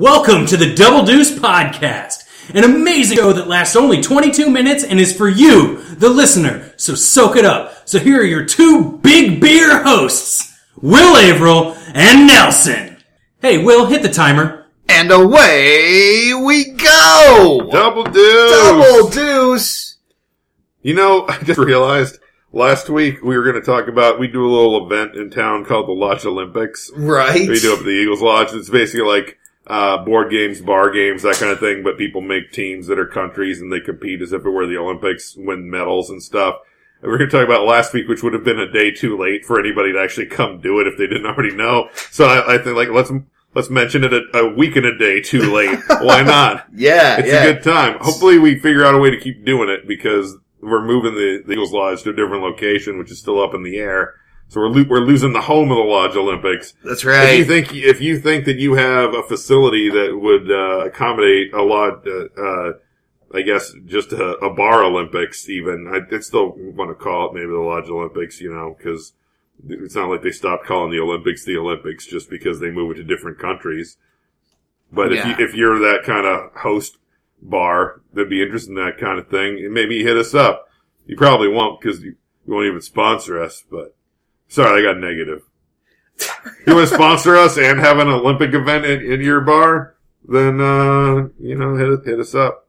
Welcome to the Double Deuce Podcast, an amazing show that lasts only 22 minutes and is for you, the listener. So soak it up. So here are your two big beer hosts, Will Averill and Nelson. Hey, Will, hit the timer. And away we go! Double deuce. Double deuce! You know, I just realized last week we were going to talk about we do a little event in town called the Lodge Olympics. Right. We do up at the Eagles Lodge. It's basically like uh, board games, bar games, that kind of thing. But people make teams that are countries and they compete as if it were the Olympics, win medals and stuff. And we're going to talk about last week, which would have been a day too late for anybody to actually come do it if they didn't already know. So I, I think like let's let's mention it a, a week and a day too late. Why not? Yeah, It's yeah. a good time. Hopefully, we figure out a way to keep doing it because we're moving the, the Eagles Lodge to a different location, which is still up in the air. So we're lo- we're losing the home of the Lodge Olympics. That's If you right. think if you think that you have a facility that would uh, accommodate a lot, uh, uh, I guess just a, a bar Olympics, even I I'd still want to call it maybe the Lodge Olympics, you know, because it's not like they stopped calling the Olympics the Olympics just because they move it to different countries. But Yeah. if you, if you're that kind of host bar that'd be interested in that kind of thing, maybe hit us up. You probably won't because you, you won't even sponsor us. But sorry, I got negative. you want to sponsor us and have an Olympic event in, in your bar? Then uh, you know, hit hit us up.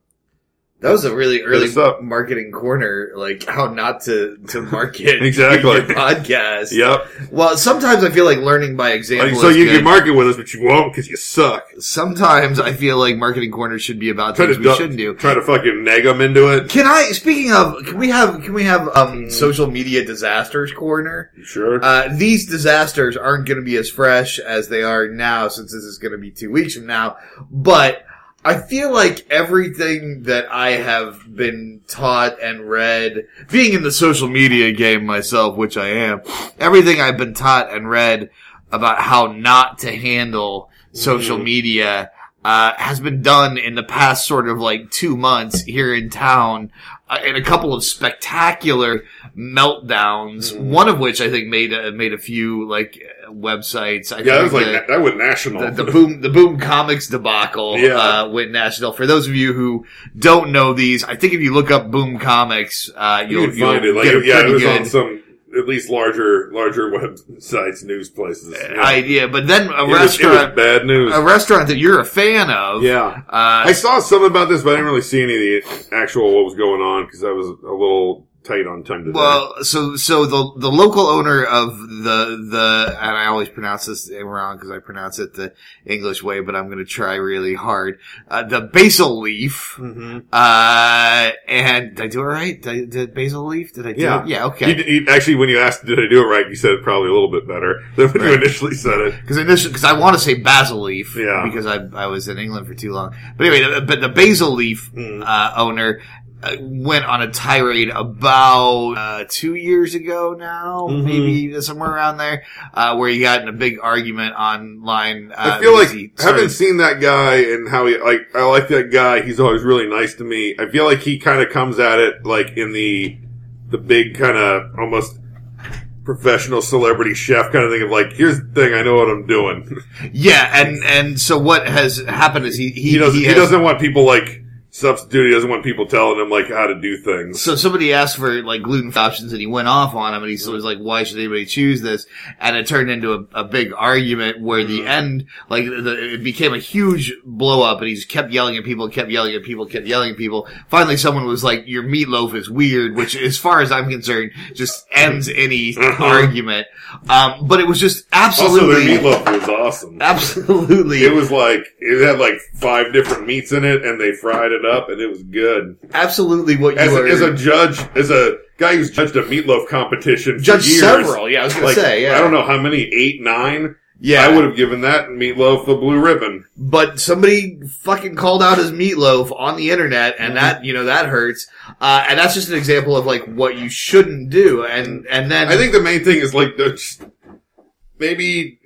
That was a really early us up. marketing corner, like how not to, to market Exactly. your podcast. Yep. Well, sometimes I feel like learning by example. Like, so is you good. can market with us, but you won't because you suck. sometimes I feel like marketing corners should be about Try things to we duck- shouldn't do. try to fucking nag them into it. Can I? Speaking of, can we have can we have um Mm. social media disasters corner? Sure. Uh, these disasters aren't going to be as fresh as they are now since this is going to be two weeks from now. But I feel like everything that I have been taught and read, being in the social media game myself, which I am, everything I've been taught and read about how not to handle social media uh, has been done in the past sort of like two months here in town uh, in a couple of spectacular meltdowns. Mm-hmm. One of which I think made a, made a few like uh, websites. I yeah, that was think like the- that, that was national. the, the boom the boom comics debacle Yeah. uh, went national. For those of you who don't know these, I think if you look up boom comics, uh, you you'll, can find you'll it. Like, get a yeah, it pretty was good on some at least larger larger websites, news places. Yeah. idea. But then a It was- it was Eh, restaurant, bad news. a restaurant that you're a fan of, yeah. uh, I saw some about this, but I didn't really see any of the actual what was going on because I was a little tight on time today. Well, so so the the local owner of the the and I always pronounce this name wrong because I pronounce it the English way, but I'm going to try really hard. Uh, the basil leaf, uh, and did I do it right? Did, I- did basil leaf? Did I do Yeah. it? Yeah, You, okay. you, actually, when you asked, did I do it right? You said it probably a little bit better than when you Right. initially said it. Because initially, because I want to say basil leaf, Yeah. because I I was in England for too long. But anyway, the, but the basil leaf Mm. uh, owner uh, went on a tirade about uh, two years ago now, Mhm. maybe somewhere around there, uh, where he got in a big argument online. Uh, I feel like because he started- having seen that guy and how he like I like that guy. He's always really nice to me. I feel like he kind of comes at it like in the the big kind of almost professional celebrity chef kind of thing of like here's the thing I know what I'm doing. yeah, and and so what has happened is he he, He doesn't he he, has- doesn't want people like substitute. He doesn't want people telling him like how to do things. So somebody asked for like gluten options and he went off on him and he was like, why should anybody choose this? And it turned into a, a big argument where Mm-hmm. the end, like the, it became a huge blow up and he just kept yelling at people, kept yelling at people, kept yelling at people. Finally someone was like, your meatloaf is weird, which as far as I'm concerned just ends any Uh-huh. argument. Um, but it was just Also, their absolutely, meatloaf was awesome. absolutely, It was like it had like five different meats in it, and they fried it up, and it was good. absolutely what you As, were. as a judge, as a guy who's judged a meatloaf competition, for Judge years, several, yeah, I was gonna like, say, yeah. I don't know how many, eight, nine. yeah, I would have given that meatloaf the blue ribbon. but somebody fucking called out his meatloaf on the internet and that you know that hurts uh, and that's just an example of like what you shouldn't do and and then I think the main thing is like don't- maybe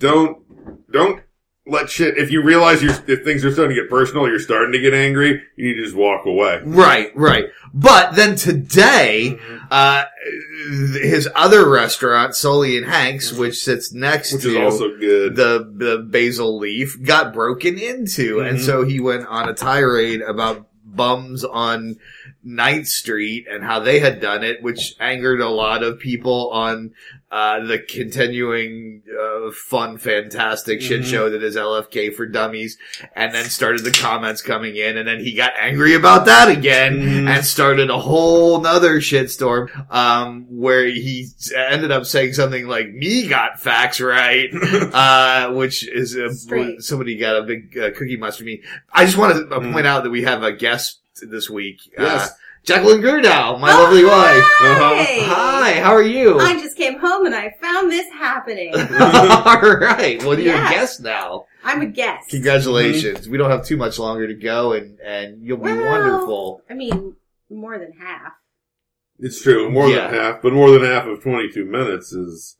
don't don't let shit. If you realize you're, if things are starting to get personal, you're starting to get angry. You need to just walk away. Right, right. But then today, Mhm. uh, his other restaurant, Sully and Hanks, which sits next Mhm. Which to is also good. the the basil leaf, got broken into, and Mhm. so he went on a tirade about bums on Ninth Street and how they had done it, which angered a lot of people on uh, the continuing uh, fun, fantastic shit Mhm. show that is LFK for Dummies and then started the comments coming in, and then he got angry about that again Mhm. and started a whole nother shitstorm, um, where he ended up saying something like, me got facts right, uh, which is, uh, Straight. somebody got a big uh, cookie monster me. I just want to uh, Mm. point out that we have a guest this week. Uh, Yes. Jacqueline Gerdow, my Oh, lovely wife. Uh-huh. hi! Hi, how are you? I just came home and I found this happening. All right. Well, you're Yeah. a guest now. I'm a guest. Congratulations. Mm-hmm. We don't have too much longer to go and, and you'll be Well, wonderful. I mean, more than half. It's true. More Yeah. than half, but more than half of 22 minutes is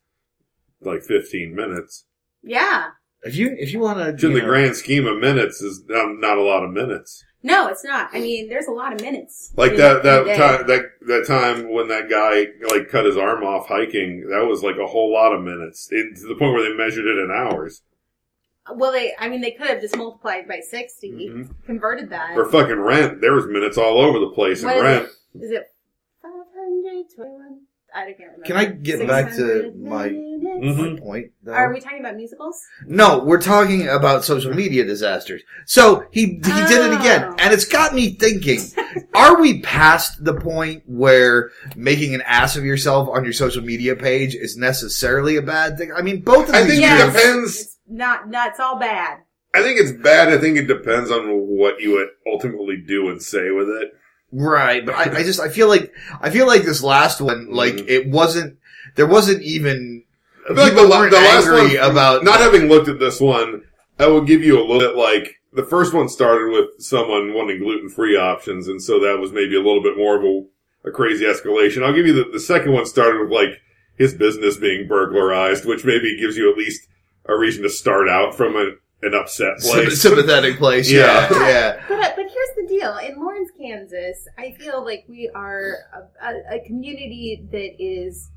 like 15 minutes. Yeah. If you, if you want to, Which in the grand scheme of minutes is not, not a lot of minutes. No, it's not. I mean, there's a lot of minutes. Like in that, that the day. time, that, that time when that guy like cut his arm off hiking, that was like a whole lot of minutes it, to the point where they measured it in hours. Well, they. I mean, they could have just multiplied by 60 Mm-hmm. Mhm. converted that. For fucking rent, there was minutes all over the place in What is rent. Is it 521? I don't remember. Can I get back to 600 my- Mm-hmm. minutes? Mhm. My point. though. Are we talking about musicals? no, we're talking about social media disasters. So he he did it again, Oh. and it's got me thinking: Are we past the point where making an ass of yourself on your social media page is necessarily a bad thing? I mean, both of I these. think it are- Yes. depends. It's not. No, it's all bad. I think it's bad. I think it depends on what you would ultimately do and say with it. Right, but I, I just I feel like I feel like this last one, like Mhm. it wasn't there wasn't even I feel like the, people la- weren't the last angry one, about not having looked at this one, I will give you a little bit like the first one started with someone wanting gluten free options, and so that was maybe a little bit more of a, a crazy escalation. I'll give you the, the second one started with like his business being burglarized, which maybe gives you at least a reason to start out from a, an upset sym- place. sympathetic place. Yeah, Yeah. yeah. But but here's the deal. In Lawrence, Kansas, I feel like we are a, a, a community that is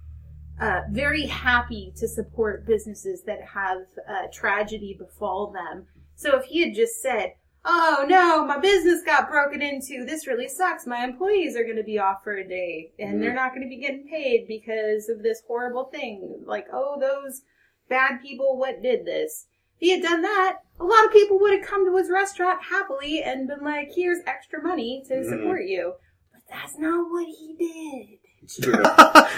uh, very happy to support businesses that have uh, tragedy befall them. So if he had just said, "Oh no, my business got broken into. This really sucks. My employees are going to be off for a day, and they're not going to be getting paid because of this horrible thing." Like, oh, those bad people, what did this? If he had done that, a lot of people would have come to his restaurant happily and been like, here's extra money to Mhm. support you. But that's not what he did.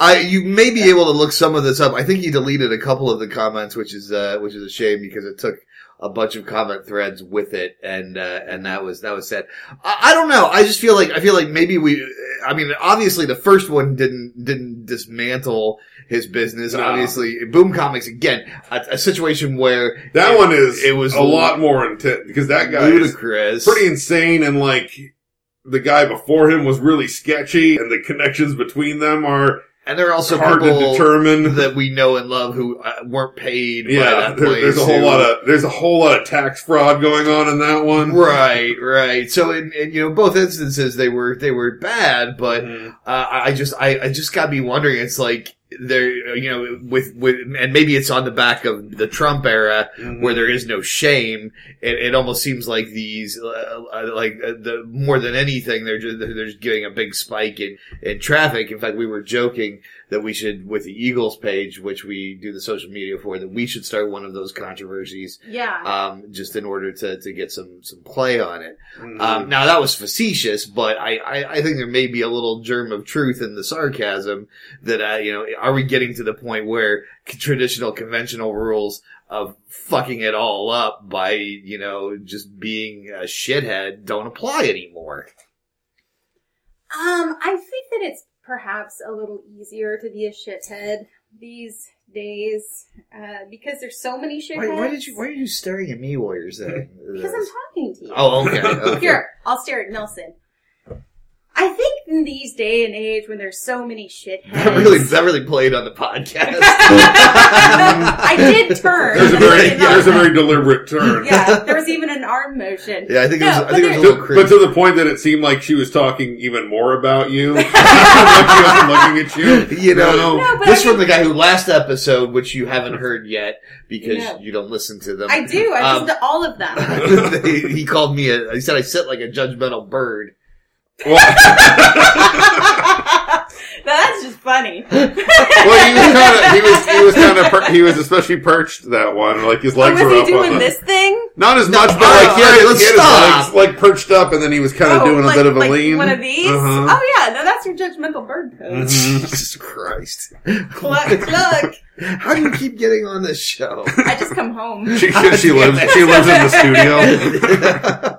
I, you may be able to look some of this up. I think he deleted a couple of the comments, which is uh, which is a shame because it took a bunch of comment threads with it, and uh, and that was that was sad. I, I don't know. I just feel like I feel like maybe we. I mean, obviously the first one didn't didn't dismantle his business. No. Obviously, Boom Comics again, a, a situation where that it- one is it was a lot more intense because that guy is ludicrous. pretty insane and like the guy before him was really sketchy and the connections between them are and there are also hard to people determine that we know and love who uh, weren't paid. by yeah that there- place there's a whole who- lot of there's a whole lot of tax fraud going on in that one Right, right. So in, in you know both instances they were they were bad, but uh, Mm-hmm. Mhm. I I just I, I just got me wondering. It's like there you know with with and maybe it's on the back of the Trump era where there is no shame. It, it almost seems like these uh, uh, like uh, the more than anything they're just they're just getting a big spike in in traffic. In fact, we were joking that we should with the Eagles page, which we do the social media for, that we should start one of those controversies Yeah. um, just in order to, to get some, some play on it. Mhm. Mm-hmm. Um, now that was facetious, but I, I, I think there may be a little germ of truth in the sarcasm that, uh, you know, are we getting to the point where c- traditional conventional rules of fucking it all up by, you know, just being a shithead don't apply anymore? Um, I think that it's perhaps a little easier to be a shithead these days uh, because there's so many shitheads. Why, why did you, why are you staring at me while you're saying Because I'm talking to you. Oh, okay. okay. Here, I'll stare at Nelson. I think in these day and age when there's so many shitheads. That really that really played on the podcast. I did turn. There's a very Yeah. there's a very deliberate turn. yeah, there was even an arm motion. Yeah, I think it was- I but think it was a To- there- little creepy. but to the point that it seemed like she was talking even more about you, looking at you. You know, No, but this I mean- from the guy who last episode, which you haven't heard yet because No. you don't listen to them. I do. I Um, listened to all of them. they- he called me a. He said I sit like a judgmental bird. Well, That's just funny. well, he was kind of he was he was kind of per- he was especially perched that one. Like his legs Oh, was were he up uh-huh. on doing the- this thing? Not as much, but oh, like he had, let's he had his stop. legs like perched up, and then he was kind of Oh, doing a like- bit of a like lean. One of these? Uh-huh. Oh yeah, no, that's your judgmental bird pose. Jesus Christ! Cluck cluck. How do you keep getting on this show? I just come home. She, she, she lives. She lives in the studio.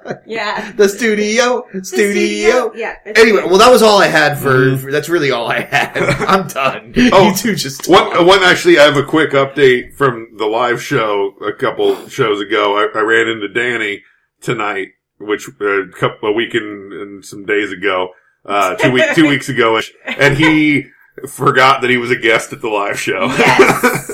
the Yeah. studio, studio. The studio. Yeah. E it's- Anyway, well, that was all I had for. for- that's really all I had. I'm done. Oh, you two just One, one actually, I have a quick update from the live show a couple shows ago. I, I ran into Danny tonight, which uh, a couple a week and, and some days ago, uh, two week two weeks ago, and he forgot that he was a guest at the live show. Yes.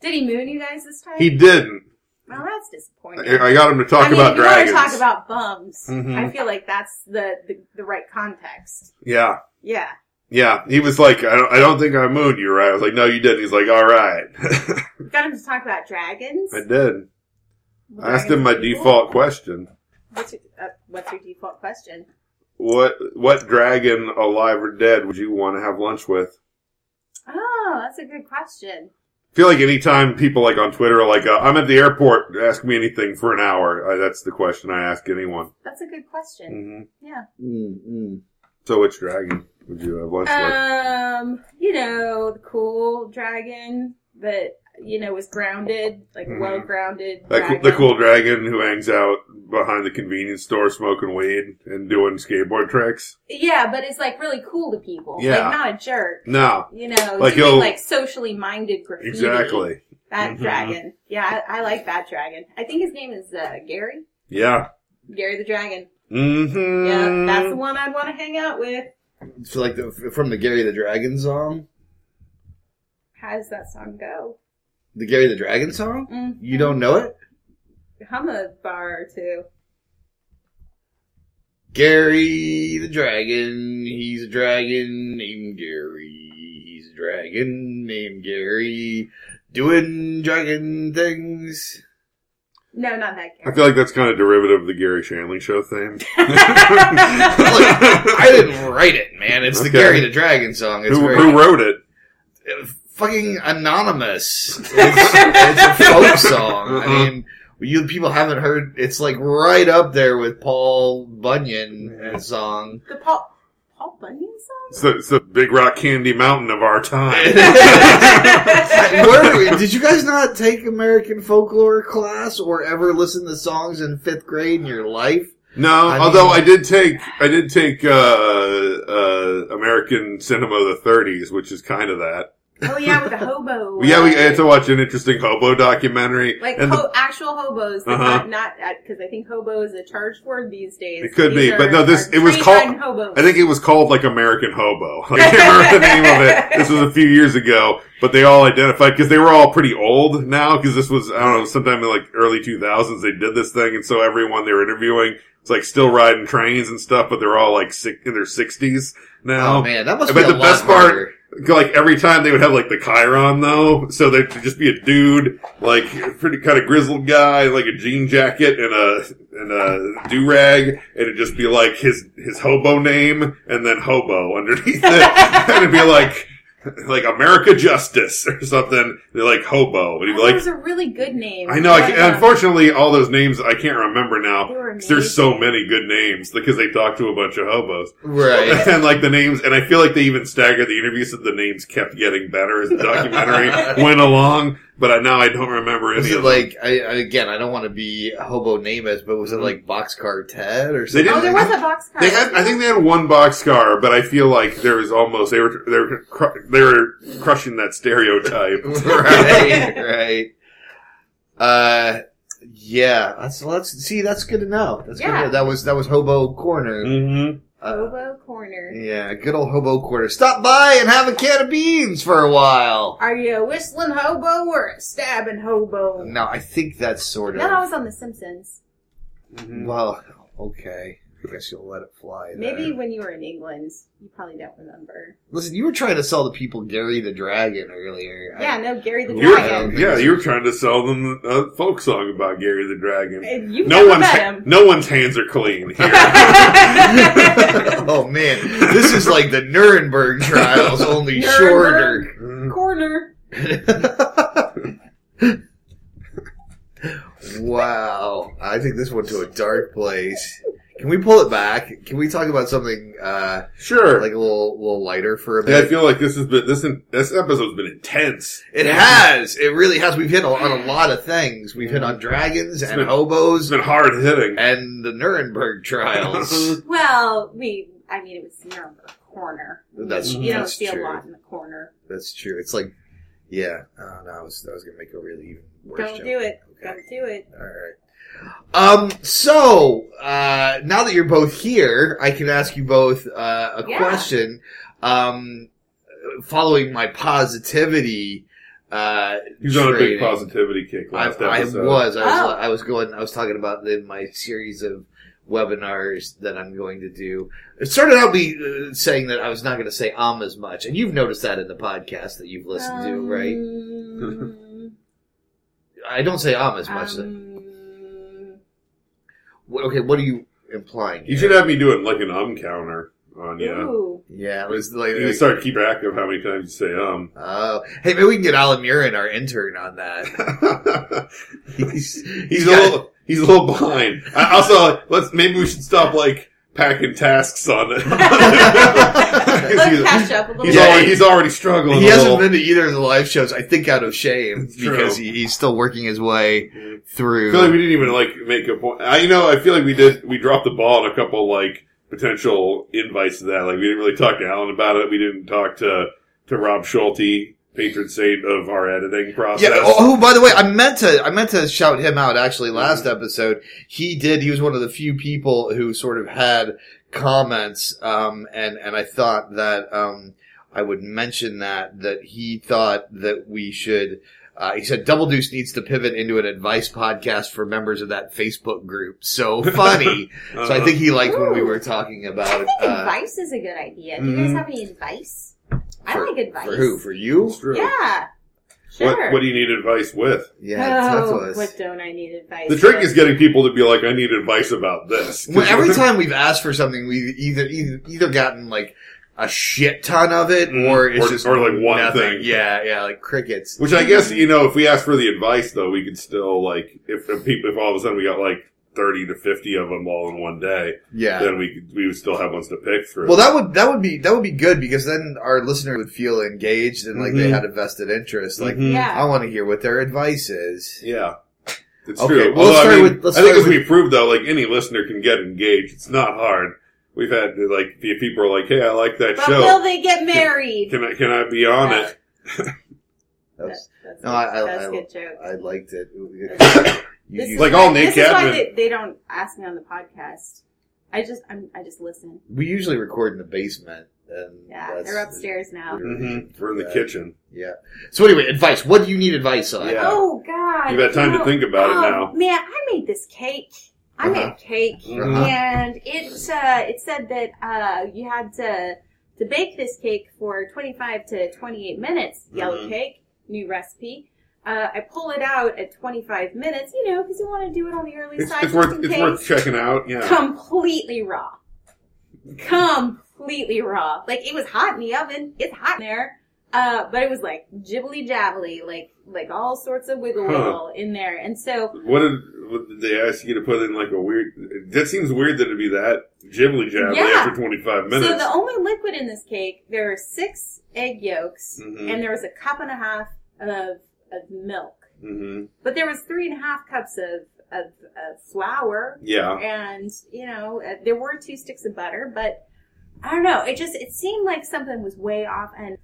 Did he moon you guys this time? he didn't. well, that's disappointing. I I got him to talk I mean, about if you dragons. want to talk about bums. Mhm. I feel like that's the, the the right context. yeah. Yeah. Yeah, he was like, I don't, I don't think I mooned you, right? I was like, no, you didn't. He's like, all right. Got him to talk about dragons. I did. I asked him my Dragons people. default question. What's your, uh, what's your default question? What, what dragon, alive or dead, would you want to have lunch with? Oh, that's a good question. I feel like anytime people like on Twitter are like, uh, I'm at the airport, ask me anything for an hour. Uh, that's the question I ask anyone. That's a good question. hmm Yeah. Mm-mm. So which dragon would you have lunch with? Um, you know, the cool dragon that you know was grounded, like Mhm. well grounded. That cool, the cool dragon who hangs out behind the convenience store smoking weed and doing skateboard tricks? Yeah, but it's like really cool to people. Yeah. Like not a jerk. No. You know, Like, like yo- doing like socially minded graffiti. Exactly. That Mm-hmm. Mhm. dragon. Yeah, I, I like that dragon. I think his name is uh, Gary. Yeah. Gary the dragon. Mm-hmm. Yeah, that's the one I'd want to hang out with. So like the, from the Gary the Dragon song, How does that song go? the Gary the Dragon song. Mm. You don't know it, hum a bar or two. Gary the Dragon. He's a dragon named Gary. He's a dragon named Gary, doing dragon things. No, not that I Gary. feel like that's kind of derivative of the Gary Shanley show theme. Look, I didn't write it, man. It's the Okay. Gary the Dragon song. It's Who, very who wrote it? uh, fucking anonymous. It's, it's a folk song. Uh-huh. I mean, you people haven't heard. It's like right up there with Paul Bunyan and song. the Paul Paul Bunyan song. It's the, it's the Big Rock Candy Mountain of our time. Where do we- did you guys not take American folklore class or ever listen to songs in fifth grade in your life? no, I mean- although I did take I did take uh, uh, American cinema of the 30s, which is kind of that. oh yeah, with the hobo. yeah, we uh, I had to watch an interesting hobo documentary, like and ho- the, actual hobos, like Uh-huh. not because I think hobo is a charged word these days. It could These be, but no, this- are it was trained called- on Hobos. I think it was called like American Hobo. I can't remember the name of it. This was a few years ago, but they all identified because they were all pretty old now. Because this was I don't know sometime in like early two thousands they did this thing, and so everyone they were interviewing was like still riding trains and stuff, but they're all like sick in their sixties now. Oh man, that must But be a the lot best part- harder. Like every time they would have like the Chiron though, so there'd just be a dude like pretty kind of grizzled guy, like a jean jacket and a and a do rag, and it'd just be like his his hobo name and then hobo underneath it, and it'd be like like America Justice or something. They're like hobo, and he'd be That like, was a really good name. I know. I Yeah. can, unfortunately, all those names I can't remember now. They were 'cause There's so many good names because they talk to a bunch of hobos. right? and like the names, and I feel like they even staggered the interviews, so the names kept getting better as the documentary went along. But I, now I don't remember Was any it of them. like I, I- again? I don't want to be a hobo namist, but was it like Boxcar Ted or They something? didn't- Oh, there was a boxcar. They had, I think they had one boxcar, but I feel like there was almost they were they were, cru- they were crushing that stereotype. right, right. Uh, yeah. That's let's see. That's good to know. That's good Yeah. to know. That was that was Hobo Corner. Mm-hmm. Uh, Hobo Corner. yeah, good old hobo quarter. Stop by and have a can of beans for a while. Are you a whistling hobo or a stabbing hobo? No, I think that's sort of. That was on The Simpsons. Well, okay. I guess you'll let it fly. there. Maybe when you were in England, you probably don't remember. Listen, you were trying to sell the people Gary the Dragon earlier. I- Yeah, no, Gary the You were- Dragon. yeah, you were trying to sell them a folk song about Gary the Dragon. And you No never one's met ha- him. no one's hands are clean here. oh man, this is like the Nuremberg trials, only Nuremberg. shorter. Corner. wow, I think this went to a dark place. Can we pull it back? Can we talk about something uh, sure. like a little, little lighter for a Yeah, I bit? feel like this has been this in, this episode's been intense. It has. It really has. We've hit a- on a lot of things. We've hit on dragons and been- It's hobos been hard hitting. and the Nuremberg trials. Well, we, I mean, it was Nuremberg Corner. That's- you don't that's see true. a lot in the corner. That's true. It's like, yeah. Oh, no, I was, I was going to make a really even worse Don't joke. do it. Okay. Don't do it. All right. Um, so, uh, now that you're both here, I can ask you both, uh, a Yeah. question. Um, following my positivity, uh, He's on a big training. positivity kick I, last I was, I episode. was, Oh. I was going, I was talking about in my series of webinars that I'm going to do. It started out me uh, saying that I was not going to say um as much, and you've noticed that in the podcast that you've listened to, right? Um, I don't say um as much. um, Wh- okay, what are you implying? You here? should have me doing like an um counter on you. Ooh. Yeah, it was like, You can start to keep track of how many times you say um. oh, hey, maybe we can get Alan Murin, our intern, on that. He's he's he's a got- little he's a little behind. I also let's maybe we should stop like packing tasks on it. 'Cause Let's he's- catch up a little He's, Yeah. already, he's already struggling. he a hasn't little. been to either of the live shows, I think, out of shame It's true. because he, he's still working his way I feel like through. we didn't even like make a point. I, you know, I feel like we did. We dropped the ball on a couple like potential invites to that. Like we didn't really talk to Alan about it. We didn't talk to to Rob Schulte, patron saint of our editing process. Yeah. Oh, who, by the way, I meant to I meant to shout him out actually last episode. He did. He was one of the few people who sort of had comments, um, and and I thought that um, I would mention that that he thought that we should. Uh, he said Double Deuce needs to pivot into an advice podcast for members of that Facebook group. So funny. Uh-huh. so I think he liked when we were talking I about think uh, Mm-hmm. advice is a good idea. Do you guys mhm. have any advice? I For- like advice. for who for you. It's true. Yeah. Sure. What, what do you need advice with? Yeah, oh, tough was. what don't I need advice? The trick for? is getting people to be like, "I need advice about this." 'Cause Well, every time we've asked for something, we've either either, either gotten like a shit ton of it, Mm, or it's or- just or, like, one nothing. thing. Yeah, yeah, like crickets. Which I guess you know, if we ask for the advice, though, we could still like if, if people if all of a sudden we got like thirty to fifty of them all in one day, Yeah. then we could- we would still have ones to pick through. Well, that would that would be that would be good because then our listener would feel engaged and like they Mhm. had a vested interest. Like, Mhm. Yeah. I want to hear what their advice is. yeah, it's Okay, true. well, let's Although, I start mean, with- let's I think start as we proved though, like any listener can get engaged. It's not hard. We've had like if people are like, "Hey, I like that But will show. they get married? Can I can I be on Yeah. it?" That was- That's, No, I- I- that's I- a good joke. I liked it. You- This you- is Like why- all Nick this is why Cavman. they, they don't ask me on the podcast. I just I'm, I just listen. we usually record in the basement. And Yeah, that's- they're upstairs now. Mhm. We're in the Yeah. kitchen. Yeah. So anyway, advice. What do you need advice on? Yeah. Oh God! You've had time to No. think about it Oh, now. Man, I made this cake. I made Uh-huh. a cake, Uh-huh. and it uh, it said that uh, you had to to bake this cake for 25 to 28 minutes. Yellow Mhm. cake, new recipe. Uh, I pull it out at 25 minutes, you know, because you want to do it on the early It's, side. it's just worth in it's case. worth checking out. Yeah. completely raw. Completely raw. Like it was hot in the oven. It's hot in there. Uh, but it was like jibbly jabbly, like like all sorts of wiggle Huh. wiggle in there. And so What did, what did they ask you to put in like a weird? That seems weird that it'd be that jibbly jabbly Yeah. after 25 minutes. so the only liquid in this cake, there were six egg yolks Mhm. and there was a cup and a half of of milk. hmm But there was three and a half cups of of, of flour Yeah. and you know uh, there were two sticks of butter but i don't know it just it seemed like something was way off and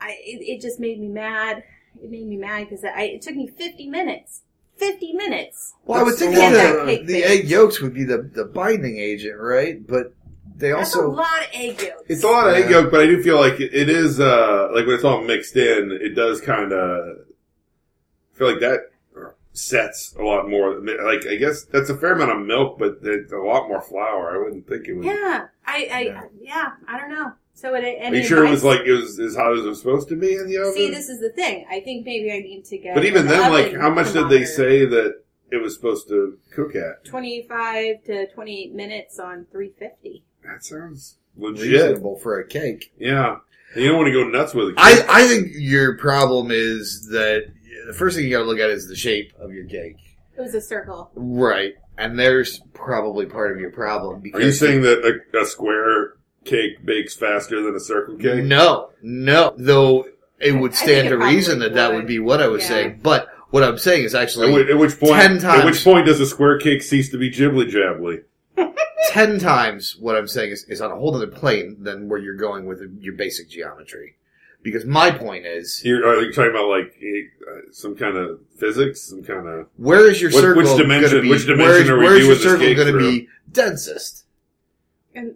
i it, it just made me mad it made me mad because i it took me 50 minutes 50 minutes Well, I would That's think the that one the, that cake the thing. egg yolks would be the, the binding agent, right? But They That's a also lot of egg yolks. It's a lot of egg Yeah. yolk, but I do feel like it, it is uh like when it's all mixed in, it does kind of feel like that sets a lot more. Like I guess that's a fair amount of milk, but it's a lot more flour. I wouldn't think it would. yeah, I, I yeah. Yeah. I don't know. So it. Are Any you sure it was advice? like it was as hot as it was supposed to be in the oven? See, this is the thing. I think maybe I need to get. but even an then, like oven how much did they thermometer. say that it was supposed to cook at? Twenty-five to twenty-eight minutes on three fifty. That sounds legit. reasonable for a cake. Yeah, and you don't want to go nuts with it. I, I think your problem is that the first thing you gotta look at is the shape of your cake. It was a circle. Right. And there's probably part of your problem because Are you saying that a, a square cake bakes faster than a circle cake? No, no. Though it would I stand think it to reason probably that that would. would be what I was Yeah. saying. But what I'm saying is At, actually whi- at which point, Ten at times. which point does a square cake cease to be jibbly jabbly? ten times what I'm saying is, is on a whole other plane than where you're going with your basic geometry. Because my point is, You're, are you talking about like eh, uh, some kind of physics, some kind of? where is your Which- circle which dimension- gonna be, which dimension where's, are we where's your viewing this circle cake gonna be densest? And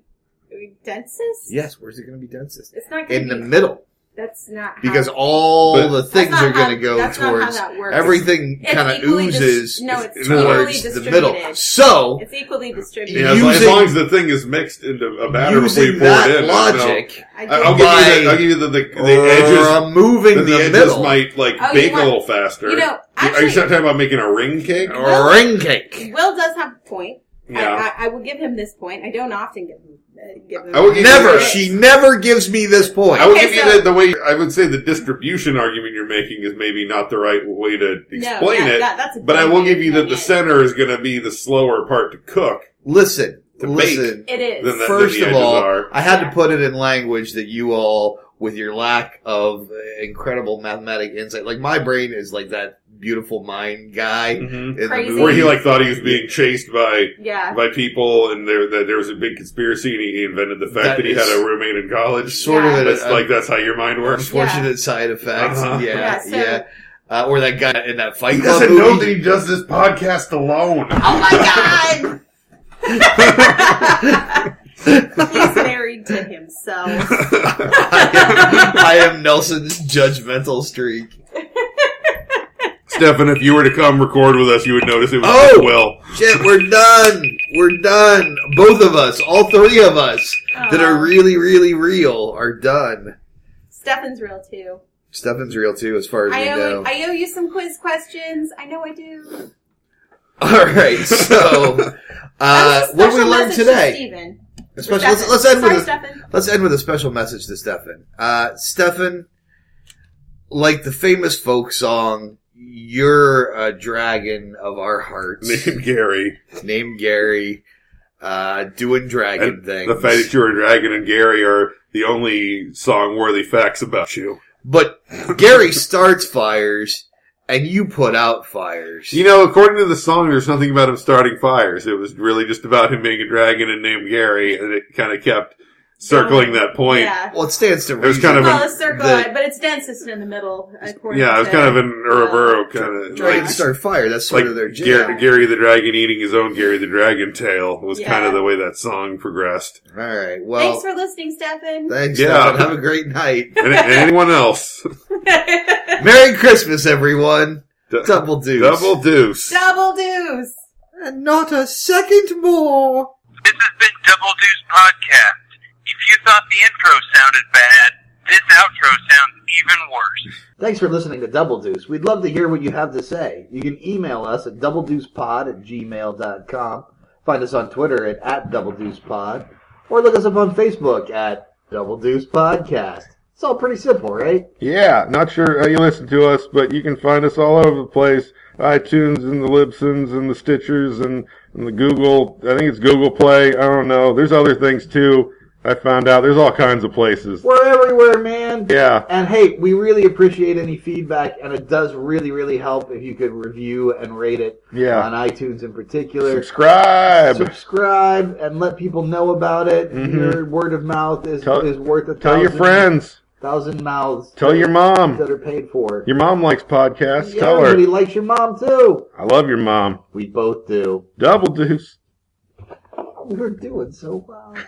uh, densest? Yes, where's it gonna be densest? It's not going In to the be. middle. that's not how, because all But- the that's things not are how- going to go that's not how towards that works. everything It's kind of equally dis- oozes no, it's equally towards the distributed. middle. So It's equally distributed. Yeah, as, long- as Using- long as the thing is mixed into a batter before you using pour that it in, I don't know. logic, I I- I'll give guess- By- you the, I'll give you the, the, the edges. removing the, The, the edges middle, might like Oh, you bake want- a little faster. you know, are you actually- talking about making a ring cake? Well- ring cake. Will does have a point. Yeah, I, I, I will give him this point. I don't often give him. Uh, give him I would give Never, Yeah. she never gives me this point. I would Okay, give you so- the, the way I would say the distribution argument you're making is maybe not the right way to No, explain yeah, it. that- that's a but I good will way give to you that explain the it. center is going to be the slower part to cook. listen, To listen. It is. Then that- First the of edges all, are. I had Yeah. to put it in language that you all, with your lack of uh, incredible mathematic insight, like my brain is like that beautiful mind guy Mm-hmm. in Crazy. the movie. Where he like thought he was being chased by yeah. by people, and there that there was a big conspiracy, and he invented the fact that, That he is- uh, had a roommate in college. Oh, sort Yeah. of That's a- like that's how your mind works. unfortunate side effects. Uh-huh. Yeah, Yeah, yeah. so- Uh, or that guy in that fight He club doesn't know that movie. he does this podcast alone. Oh my god! He's married to himself. I, am, I am Nelson's judgmental streak. Stefan, if you were to come record with us, you would notice it was Oh! well. Shit, we're done. We're done. Both of us, all three of us that Aw. are really, really real are done. Stefan's real too. Stefan's real too, as far as we I owe know. I owe you some quiz questions. I know I do. all right, so uh, That was a what did we special learn message to today? Steven. A special- let's, let's end Sorry, with a, Stefan. Let's end with a special message to Stefan. Uh, Stefan, like the famous folk song, you're a dragon of our hearts. Named Gary. Name Gary, uh, doing dragon And things. The fact that you were a dragon and Gary are the only song worthy facts about you. but Gary starts fires, and you put out fires. You know, according to the song, there's nothing about him starting fires. It was really just about him being a dragon and named Gary, and it kind of kept circling that point. Yeah, Yeah. well, it stands to reason. was kind of Well, an- it's circle, the- but it's densest in the middle. According it was to- kind of an Uruburu kind of Dragons like, start fire. That's sort like of their Gar- jam. Gary the dragon eating his own Gary the dragon tail was kind Yeah. of the way that song progressed. All right. Well, Thanks for listening, Stefan. thanks. Yeah. Stefan. Have a great night. And, and anyone else? Merry Christmas, everyone. Double deuce. Double deuce. Double deuce. And not a second more. This has been Double Deuce Podcast. If you thought the intro sounded bad, this outro sounds even worse. Thanks for listening to Double Deuce. We'd love to hear what you have to say. You can email us at doubledeucepod at gmail.com. Find us on Twitter at, at doubledeucepod. Or look us up on Facebook at Double Deuce Podcast. It's all pretty simple, right? Yeah, not sure uh, you listen to us, but you can find us all over the place. iTunes and the Libsyns and the Stitchers and, and the Google. I think it's Google Play. I don't know. There's other things too. I found out there's all kinds of places. We're everywhere, man. Yeah. And hey, we really appreciate any feedback, and it does really, really help if you could review and rate it Yeah. on iTunes in particular. Subscribe. Subscribe and let people know about it. Your word of mouth is, Mm-hmm. Tell- is worth a Tell your thousand- friends. thousand mouths. Tell your mom. that are paid for. Your mom likes podcasts. Yeah, Tell her. everybody likes your mom too. I love your mom. We both do. Double deuce. We're doing so well.